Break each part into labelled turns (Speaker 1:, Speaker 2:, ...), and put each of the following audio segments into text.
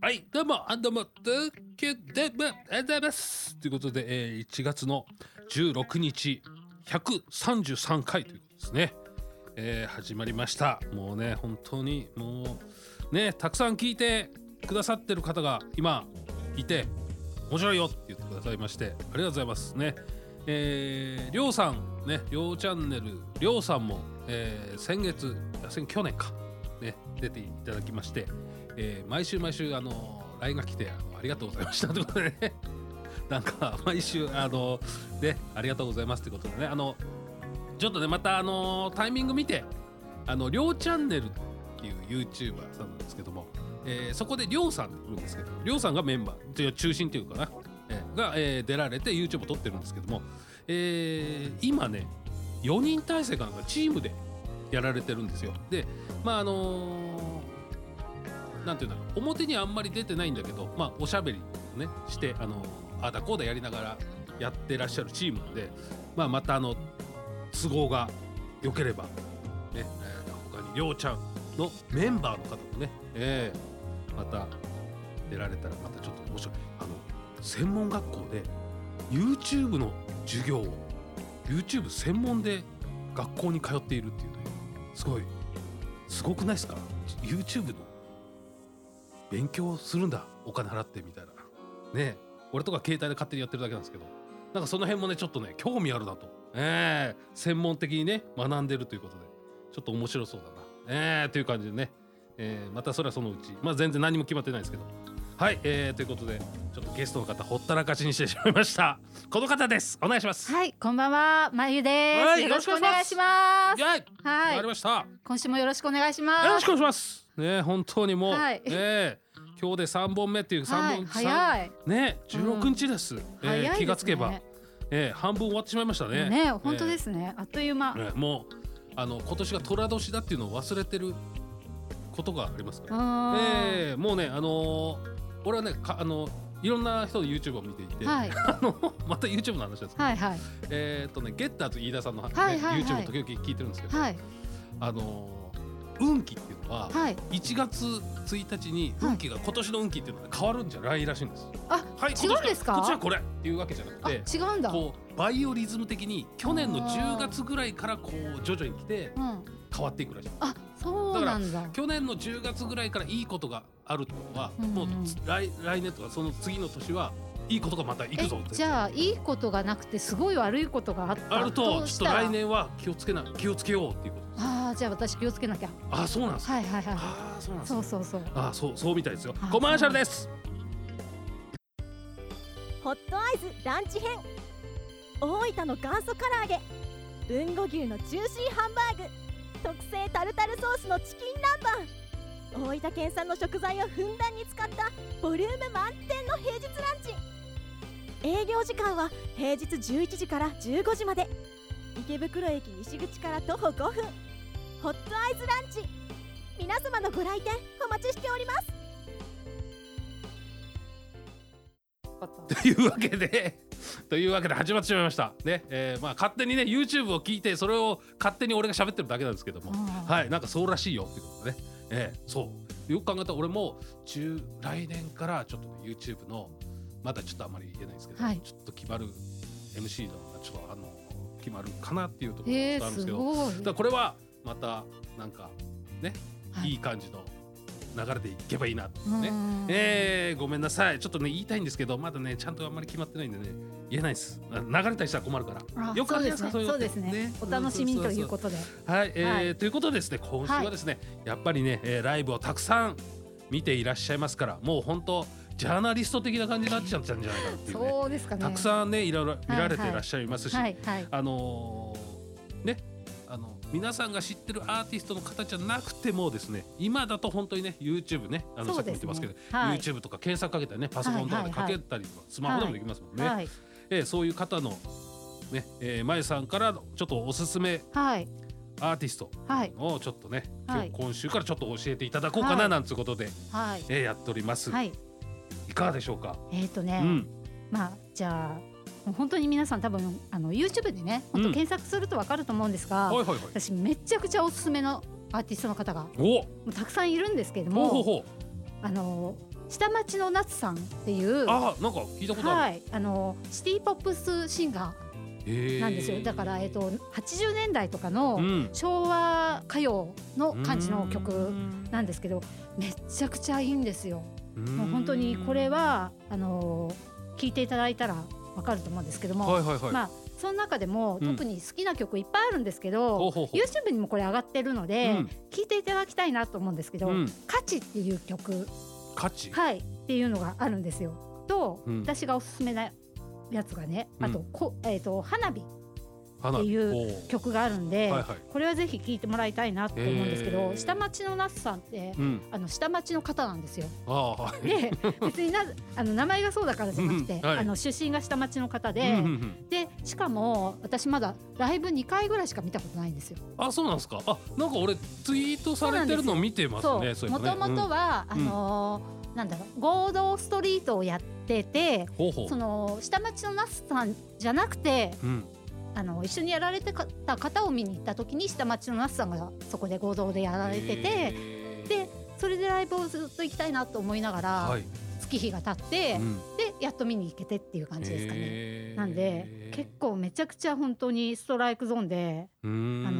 Speaker 1: はい、どうも、あんどうも、どうけでも、ありがとうございます。ということで、えー1月の16日、133回ということですね。えー始まりました。もうね、本当に、もう、ね、たくさん聞いてくださってる方が今、いて、面白いよって言ってくださいまして、ありがとうございますね。えー、りょうさん、ね、りょうチャンネル、りょうさんも、えー先月、あ先去年か、ね、出ていただきまして、えー毎週毎週あの LINE が来てあのありがとうございましたということでね なんか毎週あのねありがとうございますということでねあのちょっとねまたあのタイミング見てあのりょうチャンネルっていう YouTuber さんなんですけども、えーそこでりょうさんって来るんですけどりょうさんがメンバーというか中心というかな、えーが、えー出られて YouTube を撮ってるんですけども、えー今ね4人体制かなんかチームでやられてるんですよでまああのーなんていうんだろう表にあんまり出てないんだけど、まあ、おしゃべりをねしてあのあだこうだやりながらやってらっしゃるチームなんで、まあ、またあの都合が良ければ、ねえー他にりょうちゃんのメンバーの方もね、えーまた出られたらまたちょっと面白いあの専門学校で YouTube の授業を YouTube 専門で学校に通っているっていうねすごいすごくないですか YouTube の勉強するんだお金払ってみたいなねえ俺とか携帯で勝手にやってるだけなんですけどなんかその辺もねちょっとね興味あるなとええ専門的にね学んでるということでちょっと面白そうだなええという感じでね、ええまたそれはそのうちまあ全然何も決まってないんですけどはい、ええということでちょっとゲストの方ほったらかしにしてしまいましたこの方ですお願いします
Speaker 2: はい、こんばんは、まゆで
Speaker 1: は
Speaker 2: す。
Speaker 1: い
Speaker 2: よろしくお願いしま
Speaker 1: い
Speaker 2: す。
Speaker 1: やい
Speaker 2: は
Speaker 1: わか
Speaker 2: い
Speaker 1: り、ました
Speaker 2: 今週もよろしくお願いし
Speaker 1: よろ
Speaker 2: ま
Speaker 1: し
Speaker 2: す。
Speaker 1: くお願いしますねえ本当にもう、
Speaker 2: はい
Speaker 1: ねえ今日で三本目っていう三
Speaker 2: は
Speaker 1: 本、三
Speaker 2: い、早い。
Speaker 1: ね、十六
Speaker 2: うん
Speaker 1: 日です。えー
Speaker 2: 早いですね
Speaker 1: 気がつけば、えー半分終わってしまいましたね。
Speaker 2: ね、本当ですね。あっという間
Speaker 1: え。ー。ねもうあの今年が寅年だっていうのを忘れてることがありますから。
Speaker 2: あー
Speaker 1: えーもうねあのー俺はねかあのいろんな人の YouTube を見ていて、
Speaker 2: はい、
Speaker 1: あのまた YouTube の話ですけど、
Speaker 2: はい、はい、
Speaker 1: えーっとねゲッターと飯田さんの、ね
Speaker 2: はいはいはい
Speaker 1: YouTube を時々聞いてるんですけど、
Speaker 2: はい、
Speaker 1: あのー運気っていうのは。
Speaker 2: はい。
Speaker 1: 1月1日に運気が、今年の運気っていうのはね変わるんじゃないらしいんです。
Speaker 2: あ、
Speaker 1: はい、
Speaker 2: 違うんですか
Speaker 1: 今年はこっちはこれっていうわけじゃなく
Speaker 2: あ、
Speaker 1: て、
Speaker 2: 違うんだ。う
Speaker 1: こうバイオリズム的に去年の
Speaker 2: あ
Speaker 1: 10
Speaker 2: ー
Speaker 1: 月ぐらいからこう徐々に来て
Speaker 2: ん。
Speaker 1: 変わっていくらしい
Speaker 2: あ、そうなんだ。
Speaker 1: 去年の10月ぐらいからいいことがあるってことは、
Speaker 2: うんうん
Speaker 1: もう来来年とかその次の年はいいことがまたいく
Speaker 2: え
Speaker 1: ぞって
Speaker 2: じゃあいいことがなくてすごい悪いことがあった
Speaker 1: あると
Speaker 2: どう
Speaker 1: ちょっ
Speaker 2: し
Speaker 1: と
Speaker 2: たら
Speaker 1: 来年は気をつけな気をつけようっていうこと
Speaker 2: あーじゃあ私気をつけなきゃ
Speaker 1: あそうなんです
Speaker 2: はいはいはい
Speaker 1: あそうなんです
Speaker 2: そうそうそう
Speaker 1: あそうそうみたいですよ
Speaker 2: あ
Speaker 1: コマーシャルです
Speaker 3: ホットアイズランチ編大分の元祖唐揚げ豊後牛のジューシーハンバーグ特製タルタルソースのチキン南蛮大分県産の食材をふんだんに使ったボリューム満点の平日ランチ営業時間は平日11時から15時まで池袋駅西口から徒歩5分ホットアイズランチ皆様のご来店お待ちしております
Speaker 1: というわけでというわけで始まってしまいましたね、えーまあ勝手にね YouTube を聞いてそれを勝手に俺が喋ってるだけなんですけども
Speaker 2: は
Speaker 1: はい、なんかそうらしいよってことでね。ええ、そう。よく考えたら俺も中来年からちょっとね YouTube のまだちょっとあまり言えないですけど、
Speaker 2: はい
Speaker 1: ちょっと決まる MC のちょっとあの決まるかなっていうところがちょ
Speaker 2: え
Speaker 1: っとあ
Speaker 2: ー
Speaker 1: るんです
Speaker 2: す
Speaker 1: けど、
Speaker 2: ごい
Speaker 1: だからこれはまたなんかね、、
Speaker 2: はいい
Speaker 1: い感じの流れでいけばいいなっていうね。
Speaker 2: ね
Speaker 1: えーごめんなさいちょっとね言いたいんですけどまだねちゃんとあんまり決まってないんでね言えないですあ流れたりしたら困るから
Speaker 2: あ
Speaker 1: よくあるじゃないですか
Speaker 2: そう
Speaker 1: そういうのっ
Speaker 2: で
Speaker 1: て
Speaker 2: すねそうですね
Speaker 1: ね
Speaker 2: お楽しみということで
Speaker 1: はい、えー
Speaker 2: は
Speaker 1: ということでですね今週はですね、やっぱりね、えーライブをたくさん見ていらっしゃいますからもう本当ジャーナリスト的な感じになっちゃったんじゃないかなっていうね
Speaker 2: そうですかね
Speaker 1: たく
Speaker 2: ん
Speaker 1: さんねいろいろ見られていらっしゃいますし、
Speaker 2: はいはい
Speaker 1: あのーねあの皆さんが知ってるアーティストの方じゃなくてもですね今だと本当にね YouTube ねあの
Speaker 2: そ
Speaker 1: さ
Speaker 2: う
Speaker 1: っき
Speaker 2: で
Speaker 1: 見
Speaker 2: す
Speaker 1: てますけど
Speaker 2: ね、はい
Speaker 1: YouTube とか検索かけたりねパソコンとかでかけたりとか、スマホでもできますもんね、
Speaker 2: はい
Speaker 1: えーそういう方のね、えー、まゆさんからのちょっとおすすめ
Speaker 2: はい
Speaker 1: アーティスト
Speaker 2: はい
Speaker 1: をちょっとね、
Speaker 2: はい
Speaker 1: 今日今週からちょっと教えていただこうかな
Speaker 2: はい
Speaker 1: なんつうことで、
Speaker 2: はい
Speaker 1: えーやっております、、
Speaker 2: はいい
Speaker 1: かがでしょうか、
Speaker 2: えっと
Speaker 1: う
Speaker 2: ね
Speaker 1: ん
Speaker 2: まあじゃあもう本当に皆さん多分あの YouTube でね本
Speaker 1: う
Speaker 2: 当
Speaker 1: ん
Speaker 2: 検索するとわかると思うんです
Speaker 1: は
Speaker 2: が
Speaker 1: いはいはい
Speaker 2: 私めちゃくちゃおすすめのアーティストの方がも
Speaker 1: お
Speaker 2: うたくさんいるんですけれど
Speaker 1: ほうほう
Speaker 2: も
Speaker 1: ほ
Speaker 2: あの下町の夏さんっていう
Speaker 1: ああなんか聞いたことある、
Speaker 2: はい、あのシティポップスシンガ
Speaker 1: へ
Speaker 2: ー
Speaker 1: え
Speaker 2: なんですよ、だから、えっと、80年代とか
Speaker 1: う
Speaker 2: の
Speaker 1: ん、
Speaker 2: 昭和歌謡の感じの曲なん
Speaker 1: ん
Speaker 2: ですけどめちゃくちゃいいんですよ。も
Speaker 1: も
Speaker 2: う本当にこれはあの聞いていただいたらわかると思うんですけども、
Speaker 1: はいはいはい、
Speaker 2: まあその中でも
Speaker 1: うん
Speaker 2: 特に好きな曲いっぱいあるんですけ
Speaker 1: ほう
Speaker 2: ど、
Speaker 1: ほうほう
Speaker 2: YouTube にもこれ上がってるので、
Speaker 1: うん
Speaker 2: 聞いていただきたいなと思うんですけど「
Speaker 1: うん、
Speaker 2: 価値」っていう曲
Speaker 1: 価値、
Speaker 2: はい、っていうのがあるんですよ。と、
Speaker 1: うん
Speaker 2: 私がおすすめなやつがね、
Speaker 1: うん
Speaker 2: あとこ、えー、と花火
Speaker 1: 花
Speaker 2: っていう
Speaker 1: おー
Speaker 2: 曲があるんで、
Speaker 1: はいはい
Speaker 2: これはぜひ聴いてもらいたいなと思うんですけど、
Speaker 1: へー
Speaker 2: 下町のナスさんって、
Speaker 1: うん、
Speaker 2: あの下町の方なんですよ。
Speaker 1: ああはい
Speaker 2: で別になあの名前がそうだからじゃなくて、
Speaker 1: うんはい
Speaker 2: あの出身が下町の方で。
Speaker 1: うんうんうん、
Speaker 2: でしかも私まだライブ2回ぐらいしか見たことないんですよ。
Speaker 1: あそうなんですかあなんか俺ツイートされてるの見てますね
Speaker 2: そ
Speaker 1: そうういえ
Speaker 2: も
Speaker 1: ばね
Speaker 2: ともとは、
Speaker 1: うん
Speaker 2: あのーなんだろう合同ストリートをやってて、
Speaker 1: うん、ほうほう
Speaker 2: その下町のナスさんじゃなくて
Speaker 1: うん、
Speaker 2: あの一緒にやられてかた方を見に行った時に下町のナスさんがそこで合同でやられてて
Speaker 1: へー
Speaker 2: でそれでライブをずっと行きたいなと思いながら、
Speaker 1: はい、
Speaker 2: 月日が経って、
Speaker 1: うん
Speaker 2: でやっと見に行けてっていう感じですかね。
Speaker 1: へー
Speaker 2: なんで結構めちゃくちゃ本当にストライクゾーンで
Speaker 1: うーん
Speaker 2: あ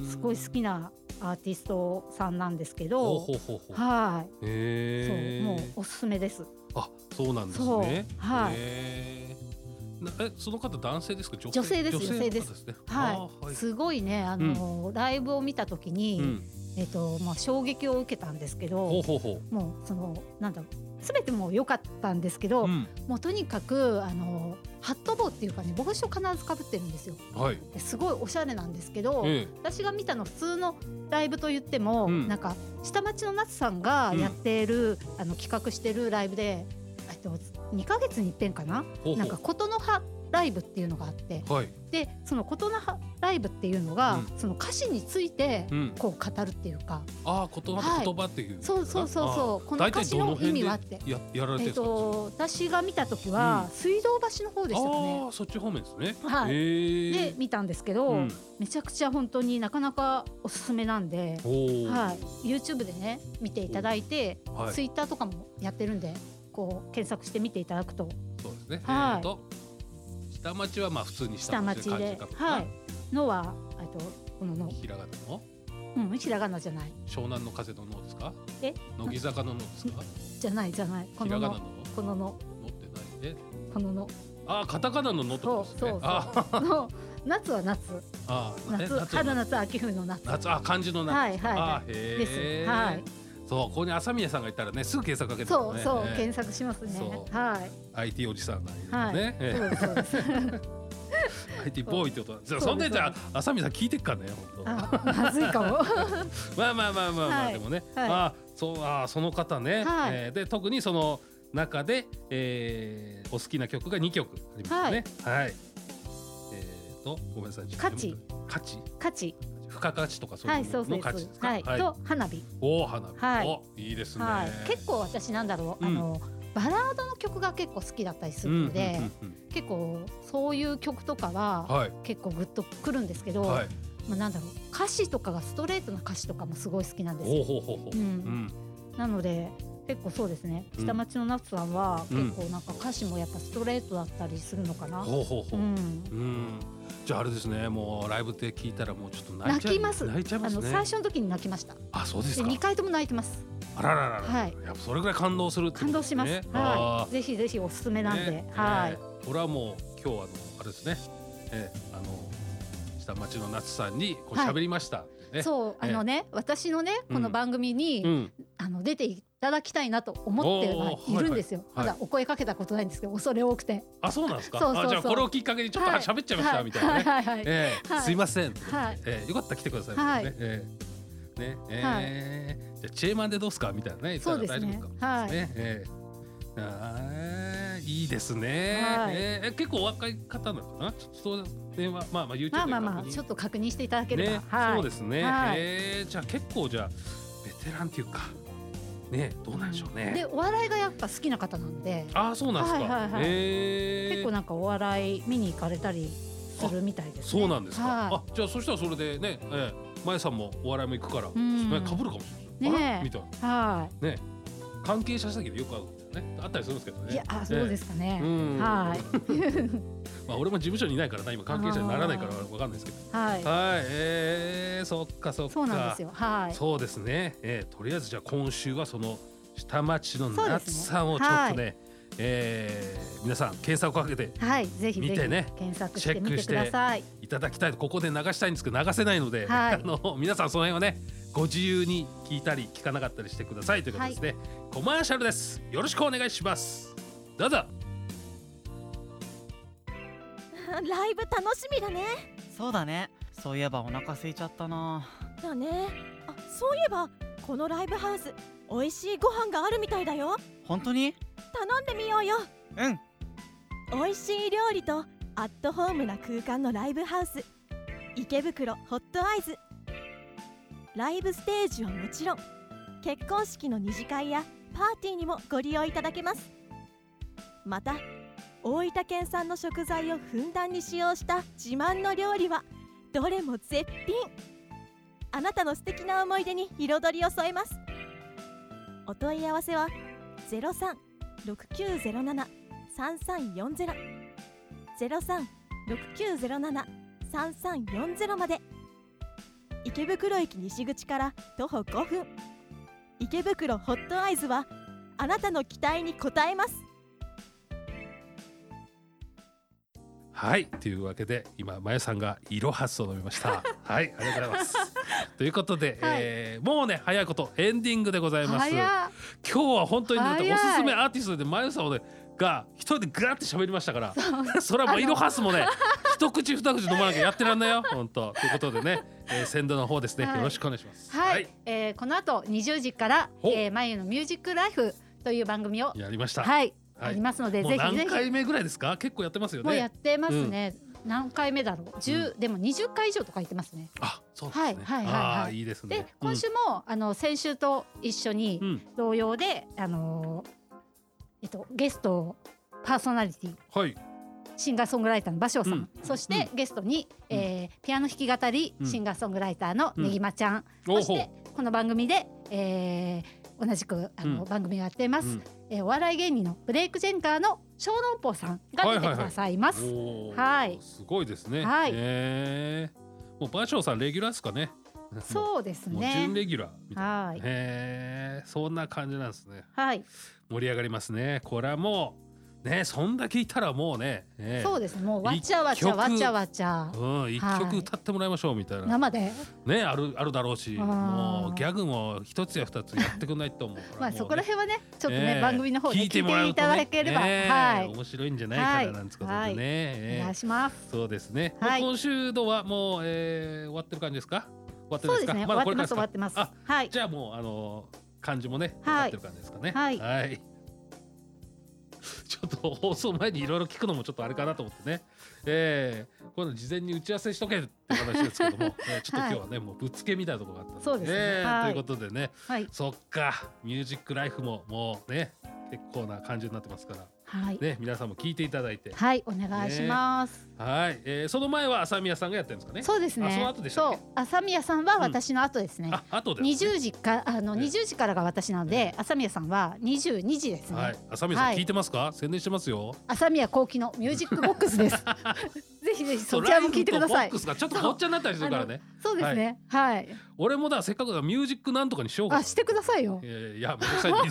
Speaker 2: のすごい好きなアーティストさんなんですけど
Speaker 1: ほうほうほうほう
Speaker 2: はい、
Speaker 1: へー
Speaker 2: そうもうおすすめです。
Speaker 1: あ、そうなんです
Speaker 2: そう
Speaker 1: ね。
Speaker 2: はい
Speaker 1: へーなえ、その方男性ですか女性
Speaker 2: 女性です女性です
Speaker 1: の方ねあ
Speaker 2: はい、
Speaker 1: ーはい
Speaker 2: すごいねあの、ライブを見た時に、
Speaker 1: うん、
Speaker 2: えっとまあ、衝撃を受けたんですけ
Speaker 1: ほう
Speaker 2: ど
Speaker 1: ほうほ
Speaker 2: もうそのなんだろう全てもう良かったんですけど、
Speaker 1: う。うん、
Speaker 2: もうとにかくあのハット帽っていうかね帽子を必ずかぶってるんですよ。
Speaker 1: はい。
Speaker 2: ですごいおしゃれなんですけど、
Speaker 1: ええ、
Speaker 2: 私が見たの普通のライブと言っても、
Speaker 1: うん
Speaker 2: なんか下町の夏さんがやってる、あの企画してるライブで、えっと、2ヶ月に一遍かな
Speaker 1: ほうほう
Speaker 2: なんか琴の葉ライブっていうのがあって
Speaker 1: はい。
Speaker 2: でその琴の葉ライブっていうのが、
Speaker 1: うん
Speaker 2: その歌詞について
Speaker 1: うん、
Speaker 2: こう語るっていうか、
Speaker 1: ああ、言葉
Speaker 2: はい
Speaker 1: と言葉っていう。
Speaker 2: そうそうそうそうこの歌詞の意味はっ
Speaker 1: 大体
Speaker 2: て
Speaker 1: ど。の辺でややられて
Speaker 2: え
Speaker 1: るん
Speaker 2: っ
Speaker 1: ですか。
Speaker 2: と、私が見た時は水道橋の方でしたか
Speaker 1: あ
Speaker 2: ね。
Speaker 1: あ、そっち方面ですね。
Speaker 2: はい
Speaker 1: へえ
Speaker 2: で見たんですけど、
Speaker 1: うん、
Speaker 2: めちゃくちゃ本当になかなかおすすめなんで、
Speaker 1: おお。
Speaker 2: はい、YouTube でね見ていただいて、
Speaker 1: はい
Speaker 2: Twitter とかもやってるんでこう検索して見ていただくと
Speaker 1: そうですね。
Speaker 2: はい
Speaker 1: えーと下町はまあ普通に
Speaker 2: 下町で
Speaker 1: で、
Speaker 2: はい、のはえっとこのの、
Speaker 1: ひらがなの
Speaker 2: うん、ひらがなじゃない
Speaker 1: 湘南の風ののですか？
Speaker 2: え
Speaker 1: 乃木坂ののですか？
Speaker 2: じゃないじゃないこ
Speaker 1: ひらが
Speaker 2: の
Speaker 1: なの
Speaker 2: のこのの
Speaker 1: 持ってないね。
Speaker 2: この の
Speaker 1: あー、カタカナののってことですね。
Speaker 2: そうそうそう
Speaker 1: あ
Speaker 2: の夏は夏
Speaker 1: ー、あー、ね
Speaker 2: 夏
Speaker 1: 夏
Speaker 2: 春
Speaker 1: 夏
Speaker 2: 夏秋冬の夏
Speaker 1: 夏あ漢字の夏。
Speaker 2: はいはい
Speaker 1: あ
Speaker 2: は
Speaker 1: ーへ
Speaker 2: い
Speaker 1: ー
Speaker 2: ですはい
Speaker 1: そうここに朝宮さんがいたらねすぐ検索かけて
Speaker 2: そ
Speaker 1: も
Speaker 2: う
Speaker 1: ね。
Speaker 2: そう、
Speaker 1: ね
Speaker 2: 検索しますね
Speaker 1: そう
Speaker 2: はい
Speaker 1: IT おじさんがいるのね。
Speaker 2: そ
Speaker 1: え
Speaker 2: うですそうです
Speaker 1: ー IT ボーイってことだ。じゃあ
Speaker 2: そう
Speaker 1: そんでじゃあ朝宮さん聞いてっかね本当。
Speaker 2: あまずい かも
Speaker 1: まあまあまあまあまあ、
Speaker 2: はい
Speaker 1: でもね、
Speaker 2: はい
Speaker 1: あそうあその方ね、
Speaker 2: はい
Speaker 1: えーで特にその中で、えーお好きな曲が2曲ありますねはい、えー、とごめんなさい
Speaker 2: 価値
Speaker 1: 価値
Speaker 2: 価値
Speaker 1: 付加価値とかそう
Speaker 2: はいいうそ
Speaker 1: の
Speaker 2: うで
Speaker 1: の価値
Speaker 2: す
Speaker 1: ですか
Speaker 2: はい、と花火
Speaker 1: おお花火、
Speaker 2: はい
Speaker 1: おいいですね、
Speaker 2: はい、結構私なんだろう、
Speaker 1: うん
Speaker 2: あのバラードの曲が結構好きだったりす
Speaker 1: うん
Speaker 2: る
Speaker 1: うん
Speaker 2: ので、
Speaker 1: うん
Speaker 2: 結構そういう曲とか
Speaker 1: うん
Speaker 2: は
Speaker 1: はい
Speaker 2: 結構グッとくるんですけど、
Speaker 1: はい
Speaker 2: まあ、なんだろう歌詞とかがストレートな歌詞とかもすごい好きなんです
Speaker 1: ほう
Speaker 2: よ。
Speaker 1: ほうほうほうう
Speaker 2: う
Speaker 1: んん
Speaker 2: なので結構そうですね
Speaker 1: うん
Speaker 2: 下町の夏さんは
Speaker 1: うん
Speaker 2: 結構なんか歌詞もやっぱストレートだったりするのかな。
Speaker 1: ほうほう
Speaker 2: う
Speaker 1: ほう、うん
Speaker 2: ん
Speaker 1: じゃああれですねもうライブで聞いたらもうちょっと泣いちゃ
Speaker 2: 泣
Speaker 1: い
Speaker 2: きます
Speaker 1: 泣いちゃいま
Speaker 2: あ
Speaker 1: す
Speaker 2: の
Speaker 1: ね
Speaker 2: 最初の時に泣きました。
Speaker 1: あそうです
Speaker 2: で
Speaker 1: か
Speaker 2: 2回とも泣いてます。
Speaker 1: あらららら、
Speaker 2: はい
Speaker 1: やっぱそれぐらい感動するってこ
Speaker 2: 感
Speaker 1: と
Speaker 2: 動
Speaker 1: で
Speaker 2: し
Speaker 1: す
Speaker 2: ま
Speaker 1: ね
Speaker 2: す。
Speaker 1: あ
Speaker 2: はい。ぜひぜひおすすめなんで、
Speaker 1: ね
Speaker 2: はい
Speaker 1: え。ーこれはもう今日はあのあれですね、えー、あの下町の夏さんにこう
Speaker 2: はい
Speaker 1: 喋りました、ね
Speaker 2: そうあ
Speaker 1: ええ
Speaker 2: のね私のねこの番組に、
Speaker 1: うん、
Speaker 2: あの出ていただきたいなと思ってはいるんですよ。
Speaker 1: おーはいはい
Speaker 2: まだお声かけたことないんですけど恐れ多くて。
Speaker 1: あそうなんですか
Speaker 2: そうそうそう
Speaker 1: あじゃあこれをきっかけにちょっと
Speaker 2: はい
Speaker 1: 喋っちゃいました、みたいなね、
Speaker 2: はいはいはい。
Speaker 1: えー
Speaker 2: はい
Speaker 1: すいません、
Speaker 2: はい
Speaker 1: えーよかったら来てください、
Speaker 2: はい
Speaker 1: ねえーねえーじゃあチェーマンでどうすかみたいなね言った
Speaker 2: そ
Speaker 1: ら
Speaker 2: うで
Speaker 1: 大
Speaker 2: す
Speaker 1: 丈夫
Speaker 2: ね
Speaker 1: かも。
Speaker 2: はい。
Speaker 1: ねえーあーいいですね、
Speaker 2: はい
Speaker 1: えーえ結構お若い方なのかなちょっとそう電話まあまあ YouTube で
Speaker 2: まあまあま
Speaker 1: 確
Speaker 2: あ
Speaker 1: 認
Speaker 2: ちょっと確認していただければ。
Speaker 1: ね、
Speaker 2: はい。
Speaker 1: そうですね、
Speaker 2: はい
Speaker 1: えーじゃあ結構じゃあベテランっていうかねどうなんでしょうね、
Speaker 2: でお笑いがやっぱ好きな方なんで、
Speaker 1: ああそうなんですか、
Speaker 2: はいはいはい
Speaker 1: えー
Speaker 2: 結構なんかお笑い見に行かれたりするみたいです、ね。
Speaker 1: そうなんですか、
Speaker 2: は
Speaker 1: あじゃあそしたらそれでね、えー、前さんもお笑いも行くから、
Speaker 2: ん
Speaker 1: ねかぶるかもしれない、
Speaker 2: ねえ
Speaker 1: あらみたい
Speaker 2: い。は
Speaker 1: なね関係者先でよく会うみたいなねあったりするんですけどね
Speaker 2: いやあそうですかね、
Speaker 1: うん
Speaker 2: はい
Speaker 1: まあ俺も事務所にいないからな今関係者にならないからわかんないですけど
Speaker 2: はい
Speaker 1: はいえー、そっかそっか
Speaker 2: そうなんですよはい
Speaker 1: そうですね、えー、とりあえずじゃあ今週はその下町の
Speaker 2: そうですね
Speaker 1: 夏さんをちょっとねえー皆さん検索をかけて
Speaker 2: はいぜひぜひ
Speaker 1: 見てね
Speaker 2: 検索してみてください
Speaker 1: いただきたいとここで流したいんですけど流せないので、
Speaker 2: は い
Speaker 1: あの皆さんその辺はねご自由に聞いたり聞かなかったりしてくださいということですね、コマーシャルですよろしくお願いしますどうぞ
Speaker 3: ライブ楽しみだね
Speaker 4: そうだねそういえばお腹空いちゃったな
Speaker 3: だねあそういえばこのライブハウス美味しいご飯があるみたいだよ
Speaker 4: 本当に
Speaker 3: 頼んでみようよ
Speaker 4: うん
Speaker 3: 美味しい料理とアットホームな空間のライブハウス池袋ホットアイズライブステージはもちろん結婚式の二次会やパーティーにもご利用いただけますまた大分県産の食材をふんだんに使用した自慢の料理はどれも絶品あなたの素敵な思い出に彩りを添えますお問い合わせは036907 3340ゼロ三六九ゼロ七三三四ゼロまで池袋駅西口から徒歩5分池袋ホットアイズはあなたの期待に応えます
Speaker 1: はいというわけで今まゆさんがイロハスを飲みましたはいありがとうございます ということで、
Speaker 2: はい
Speaker 1: えーもうね早いことエンディングでございます
Speaker 2: 早っ
Speaker 1: 今日は本当にだって
Speaker 2: 早い
Speaker 1: おすすめアーティストでまゆさんをねが一人でガーって喋りました からそれはもうイロハスもね一口二口飲まなきゃやってらんないよ本当ということで ね、えー、先導の方ですね、
Speaker 2: はい
Speaker 1: よろしくお願いします
Speaker 2: はい、えーこの後20時から「
Speaker 1: ほう
Speaker 2: えー、まゆのミュージックライフ」という番組を
Speaker 1: やりました、
Speaker 2: はい、
Speaker 1: はい
Speaker 2: ありますので
Speaker 1: もう
Speaker 2: ぜひぜ
Speaker 1: 何
Speaker 2: ひ
Speaker 1: 回目ぐらいですか結構やってますよ
Speaker 2: もうや
Speaker 1: ね
Speaker 2: ってますね、何回目だろう十、でも20回以上とか言ってますね
Speaker 1: あそうですね、
Speaker 2: はいはいはいはい
Speaker 1: あーいいですね
Speaker 2: で今週も、あの先週と一緒に
Speaker 1: うん、うん
Speaker 2: 同様で、あのーえっと、ゲストをパーソナリティ
Speaker 1: はい
Speaker 2: シンガーソングライターの芭蕉さん、
Speaker 1: うん
Speaker 2: そして、ゲストに、えーピアノ弾き語り、
Speaker 1: うん
Speaker 2: シンガーソングライターのねぎまちゃん、
Speaker 1: お
Speaker 2: そしてこの番組で、えー同じくあの、
Speaker 1: うん
Speaker 2: 番組をやってます、
Speaker 1: うん
Speaker 2: えーお笑い芸人のブレイクジェンカーの小籠包さんが出てくださいます。はい
Speaker 1: おー
Speaker 2: はい
Speaker 1: すごいですね
Speaker 2: はい
Speaker 1: えー、もう馬匠さんレギュラーですかねも
Speaker 2: そうです
Speaker 1: うもう準
Speaker 2: ね。
Speaker 1: レギュラーみたいな
Speaker 2: はい、
Speaker 1: へーそんな感じなんですね
Speaker 2: はい、
Speaker 1: 盛り上がりますねこれはもうねそんだけいたらもうねね
Speaker 2: そうです。もうわちゃわち
Speaker 1: 一
Speaker 2: ゃ
Speaker 1: 曲
Speaker 2: わちゃわちゃ
Speaker 1: うん、一
Speaker 2: はい
Speaker 1: 曲歌ってもらいましょうみたいな、
Speaker 2: 生で、
Speaker 1: ねあるあるだろうし
Speaker 2: あー
Speaker 1: もうギャグも一つや二つやってくんないと思うから
Speaker 2: まあ
Speaker 1: もうね
Speaker 2: そこら辺はね、ちょっとね、
Speaker 1: ええ
Speaker 2: 番組の方で聞いて
Speaker 1: もらうと
Speaker 2: いただければ、
Speaker 1: ねえ
Speaker 2: はい、
Speaker 1: 面白いんじゃないか
Speaker 2: は
Speaker 1: ないなんつうことでね、
Speaker 2: はいお
Speaker 1: え
Speaker 2: 願
Speaker 1: え
Speaker 2: いします。
Speaker 1: そうですね、
Speaker 2: はい
Speaker 1: もう今週度はもう、えー、終わってる感じですか終わってる
Speaker 2: そ
Speaker 1: んです
Speaker 2: うで
Speaker 1: か
Speaker 2: すね。
Speaker 1: まだ
Speaker 2: 終わっ
Speaker 1: こ
Speaker 2: て
Speaker 1: れから
Speaker 2: ま
Speaker 1: です
Speaker 2: す終
Speaker 1: か
Speaker 2: わってます。
Speaker 1: あ
Speaker 2: はい。
Speaker 1: じゃあもうあの漢字もね、
Speaker 2: はい
Speaker 1: わかってる感じですかね。
Speaker 2: はい
Speaker 1: い ちょっと放送前にいろいろ聞くのもちょっとあれかなと思ってね。えー、こういうの事前に打ち合わせしとけって話ですけども、 えーちょっと今日はね、もうぶっつけみたいなところがあったん
Speaker 2: そうですね
Speaker 1: えー
Speaker 2: はい
Speaker 1: ということでね、
Speaker 2: はい。
Speaker 1: そっか、ミュージックライフももうね、結構な感じになってますから、
Speaker 2: はい。
Speaker 1: ね、皆さんも聞いていただいて、
Speaker 2: はい、お願いします。
Speaker 1: はい、えー、その前は浅宮さんがやってるんですかね。
Speaker 2: そうですね。
Speaker 1: あその後でしたっけ
Speaker 2: そう朝宮さんは私の後ですね。
Speaker 1: あ、後で、
Speaker 2: 二十時かあの
Speaker 1: ええ
Speaker 2: 二十時からが私なので、朝宮さんは二十二時です
Speaker 1: は
Speaker 2: ね
Speaker 1: い。、浅宮さん、
Speaker 2: はい
Speaker 1: 聞いてますか？宣伝してますよ。
Speaker 2: 朝宮幸喜のミュージックボックス です。ぜひぜひそちらも聞いてくださ
Speaker 1: ライ
Speaker 2: い
Speaker 1: ブとボック。スがちょっとごっちゃになったりするからね。
Speaker 2: そうですね。はい。
Speaker 1: 俺もだせっかくだからミュージックなんとかにしようかな
Speaker 2: あ、してくださいよ
Speaker 1: い。やいやいやめんどくさいで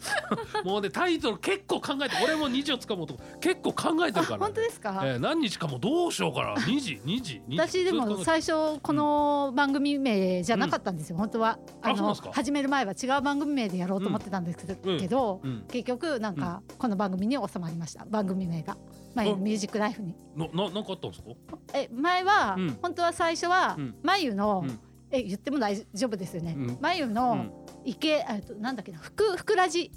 Speaker 1: す もうねタイトル結構考えて俺も2時をつかもうと結構考えて
Speaker 2: あ、
Speaker 1: るから、
Speaker 2: 本当です
Speaker 1: え
Speaker 2: か。
Speaker 1: ー何日かもうどうしようかな2時2時2時
Speaker 2: 私でも
Speaker 1: ずっと考えて
Speaker 2: 最初この番組名じゃなかったんですよ、本当は
Speaker 1: あそうなん
Speaker 2: の
Speaker 1: ですか
Speaker 2: 始める前は違う番組名でやろうと思ってたんですけど、
Speaker 1: うん
Speaker 2: けど
Speaker 1: うん
Speaker 2: 結局なんかこの番組に収まりました番組名が「まゆのミュージックライフに」
Speaker 1: のななんかあったんですか
Speaker 2: え前は、
Speaker 1: うん
Speaker 2: 本当は最初は
Speaker 1: うん
Speaker 2: 「まゆの、
Speaker 1: うん
Speaker 2: え言っても大丈夫ですよね
Speaker 1: うん
Speaker 2: 「まゆ
Speaker 1: う
Speaker 2: の
Speaker 1: ん
Speaker 2: 池、えっとなんだっけな福福ラジ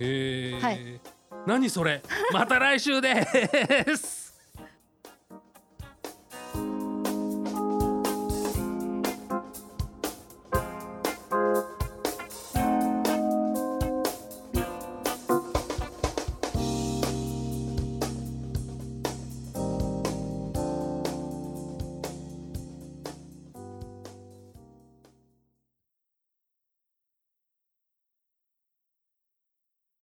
Speaker 1: へえ、
Speaker 2: は
Speaker 1: 何それまた来週です